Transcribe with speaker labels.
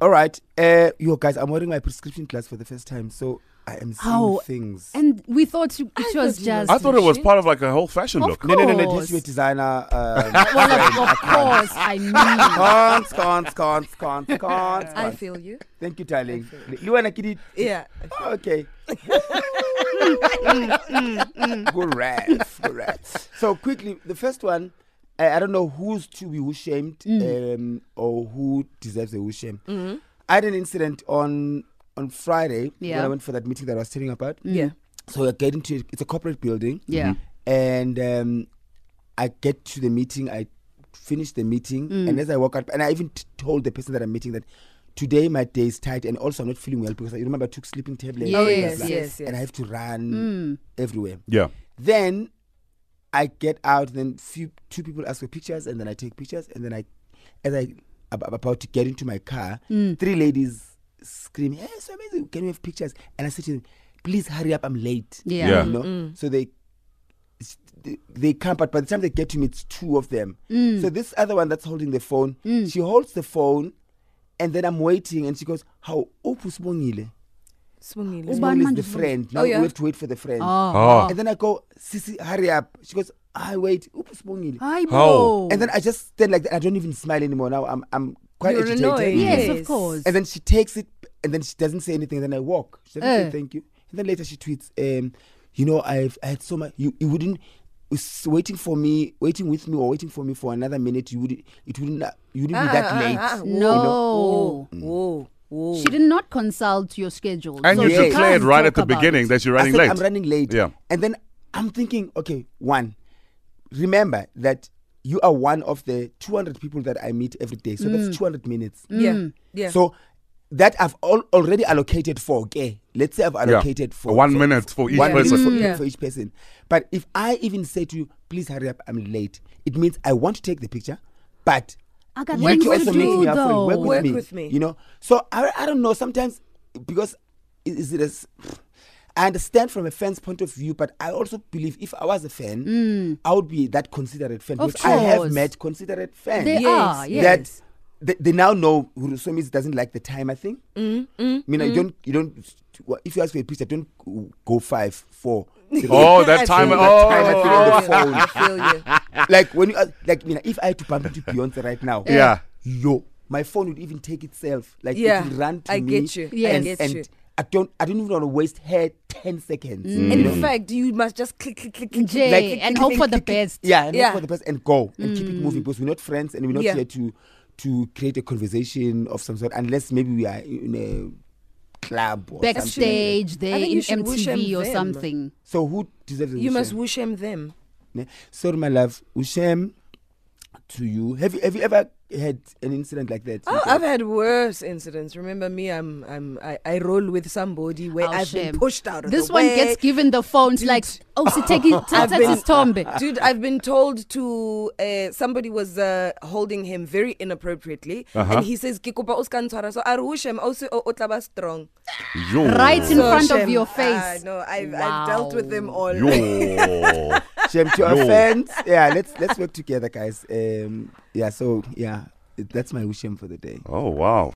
Speaker 1: All right. Uh, yo, guys, I'm wearing my prescription glass for the first time, so I am seeing
Speaker 2: How-
Speaker 1: things.
Speaker 2: And we thought it
Speaker 3: I
Speaker 2: was
Speaker 3: thought you
Speaker 2: just.
Speaker 3: were-
Speaker 4: I thought it was part of like a whole fashion
Speaker 2: Of
Speaker 4: look.
Speaker 1: no, no, no, no. It
Speaker 2: course.
Speaker 1: has to be a designer. Um,
Speaker 2: Well, of, of course, I mean.
Speaker 4: Uh,
Speaker 1: cons, cons, cons, cons, cons,
Speaker 3: I
Speaker 1: cons.
Speaker 3: feel you.
Speaker 1: Thank you, darling. You wanna get it?
Speaker 3: Yeah.
Speaker 1: Oh, okay. Good rats, good rats. So quickly, the first one, I, I don't know who's to be who shamed um, or who deserves a who shame. I had an incident on on Friday when
Speaker 2: Yeah.
Speaker 1: I went for that meeting that I was telling you about.
Speaker 3: Yeah.
Speaker 1: So I get into it's a corporate building.
Speaker 2: Yeah.
Speaker 1: and um, I get to the meeting. I finish the meeting,
Speaker 3: Mm.
Speaker 1: and as I walk out, and I even t- told the person that I'm meeting that today my day is tight, and also I'm not feeling well because I remember I took sleeping tablets.
Speaker 2: Oh,
Speaker 1: blah,
Speaker 2: yes,
Speaker 1: blah, blah,
Speaker 3: yes, yes. Mm.
Speaker 1: And I have to run
Speaker 2: Mm.
Speaker 1: everywhere.
Speaker 4: Yeah.
Speaker 1: Then I get out. Then few two people ask for pictures, and then I take pictures, and then I, as I ab- ab- about to get into my car,
Speaker 2: Mm.
Speaker 1: three ladies scream, "Hey, so amazing! Can we have pictures?" And I said to them, "Please hurry up! I'm late."
Speaker 2: Yeah. Mm.
Speaker 4: Yeah.
Speaker 1: you know. So they it's- they- they come, but by the time they get to me, it's two of them.
Speaker 2: Mm.
Speaker 1: So this other one that's holding the phone, she holds the phone, and then I'm waiting, and she goes, "How opusmongile?"
Speaker 4: Oh
Speaker 3: Swingile.
Speaker 2: Uba-
Speaker 1: Smongile is the
Speaker 2: Ubani-
Speaker 1: friend. Now
Speaker 3: Oh, yeah.
Speaker 1: we have to wait for the friend.
Speaker 2: Oh.
Speaker 1: And then I go, Sisi, hurry up. She goes, I wait. Upusmongile.
Speaker 2: Hi,
Speaker 4: Oh.
Speaker 2: bro.
Speaker 1: And then I just stand like that. I don't even smile anymore. Now I'm I'm quite
Speaker 3: You're
Speaker 1: agitated.
Speaker 3: annoyed.
Speaker 2: yes,
Speaker 3: Yes.
Speaker 2: of course.
Speaker 1: And then she takes it, and then she doesn't say anything. And then I walk. She doesn't
Speaker 2: Eh.
Speaker 1: say thank you. And then later she tweets, um, you know, I've I had so much. You, you wouldn't was waiting for me, waiting with me, or waiting for me for another minute. You would it wouldn't you wouldn't be
Speaker 3: Ah,
Speaker 1: that late.
Speaker 2: no.
Speaker 3: Whoa. Whoa. Whoa.
Speaker 2: She did not consult your schedule.
Speaker 4: And
Speaker 2: so
Speaker 4: you
Speaker 1: Yes.
Speaker 2: she
Speaker 4: declared
Speaker 2: can't
Speaker 4: right at
Speaker 2: talk
Speaker 4: the
Speaker 2: about
Speaker 4: beginning
Speaker 2: it.
Speaker 4: that you're running
Speaker 1: I said,
Speaker 4: late.
Speaker 1: I'm running late.
Speaker 4: Yeah.
Speaker 1: And then I'm thinking, okay, one, remember that you are one of the 200 people that I meet every day. So that's 200 minutes.
Speaker 3: Yeah.
Speaker 2: mm.
Speaker 3: Yeah.
Speaker 1: So that I've all, already allocated for, okay? Let's say I've allocated for
Speaker 4: One
Speaker 1: for-
Speaker 4: minute for each
Speaker 1: one minute
Speaker 4: person.
Speaker 2: Mm.
Speaker 1: for,
Speaker 3: Yeah.
Speaker 1: for each person. But if I even say to you, please hurry up, I'm late, it means I want to take the picture, but
Speaker 2: I got
Speaker 1: you need
Speaker 2: things
Speaker 1: to
Speaker 2: to
Speaker 1: also make
Speaker 2: do,
Speaker 1: me up for it. Work,
Speaker 2: though.
Speaker 1: with,
Speaker 3: Work
Speaker 1: me,
Speaker 3: with me.
Speaker 1: You know? So I, I don't know. Sometimes because i- is it as I understand from a fan's point of view, but I also believe if I was a fan, I would be that considerate fan.
Speaker 2: Mm. Of
Speaker 1: because I have
Speaker 2: course.
Speaker 1: met considerate fans
Speaker 2: They
Speaker 3: Yes.
Speaker 2: are, yes.
Speaker 1: that they, they now know Hurusomis doesn't like the time. I think.
Speaker 3: Mm-hmm.
Speaker 1: I mean, you don't. You don't. well, If you ask for a picture, don't go five, four.
Speaker 4: Oh, that time.
Speaker 3: I
Speaker 4: Oh,
Speaker 3: feel
Speaker 1: I feel
Speaker 4: oh,
Speaker 1: on
Speaker 3: I
Speaker 1: the
Speaker 3: feel you.
Speaker 1: phone.
Speaker 3: I feel you.
Speaker 1: like when you ask, like you know, if I had to bump into Beyonce right now,
Speaker 4: Yeah.
Speaker 1: yo, my phone would even take itself. Like
Speaker 3: Yeah,
Speaker 1: it would run to
Speaker 3: I
Speaker 1: me.
Speaker 3: get you. I
Speaker 1: and,
Speaker 3: get
Speaker 1: and
Speaker 3: you.
Speaker 1: I don't, I don't even want to waste her ten seconds.
Speaker 3: Mm. And in fact, you must just click, click, click, click.
Speaker 2: Mm. Jay,
Speaker 3: click,
Speaker 2: and
Speaker 3: click, click,
Speaker 2: hope
Speaker 3: click,
Speaker 2: for the
Speaker 3: click, click.
Speaker 2: best.
Speaker 1: Yeah, and
Speaker 3: Yeah. Mm.
Speaker 1: yeah. for the person and go and keep it moving because we're not friends and we're not
Speaker 3: Yeah.
Speaker 1: here to to create a conversation of some sort unless maybe we are in a club or something. like that.
Speaker 2: Backstage, there
Speaker 3: I think
Speaker 2: in
Speaker 3: you should wish
Speaker 2: MTV
Speaker 3: them
Speaker 2: or
Speaker 3: them.
Speaker 2: something.
Speaker 1: So who deserves a
Speaker 3: You must
Speaker 1: shame?
Speaker 3: wish him them.
Speaker 1: Ne? Sorry, my love. Ushem to you. Have you have you ever had an incident like that?
Speaker 3: Oh, I've had worse incidents. Remember me? I'm, I'm, I, I roll with somebody where
Speaker 2: Oh,
Speaker 3: I've
Speaker 2: shame.
Speaker 3: been pushed out of
Speaker 2: This
Speaker 3: the
Speaker 2: one
Speaker 3: way.
Speaker 2: gets given the phones like, oh, so take it,
Speaker 3: I've
Speaker 2: take
Speaker 3: been-
Speaker 2: his tombe.
Speaker 3: Dude, I've been told to uh, somebody was uh, holding him very inappropriately, and he says, "Kikopa uskantara." So I wish him also o- o tla ba strong.
Speaker 4: Yo.
Speaker 2: Right in
Speaker 3: So
Speaker 2: front of
Speaker 3: shame.
Speaker 2: your
Speaker 3: Ah,
Speaker 2: face.
Speaker 3: no, I've, I've dealt with them all.
Speaker 4: Yo.
Speaker 1: Shame to
Speaker 4: No.
Speaker 1: offense. Yeah, let's let's work together, guys. Um, yeah, so yeah, that's my wish him for the day.
Speaker 4: Oh, wow.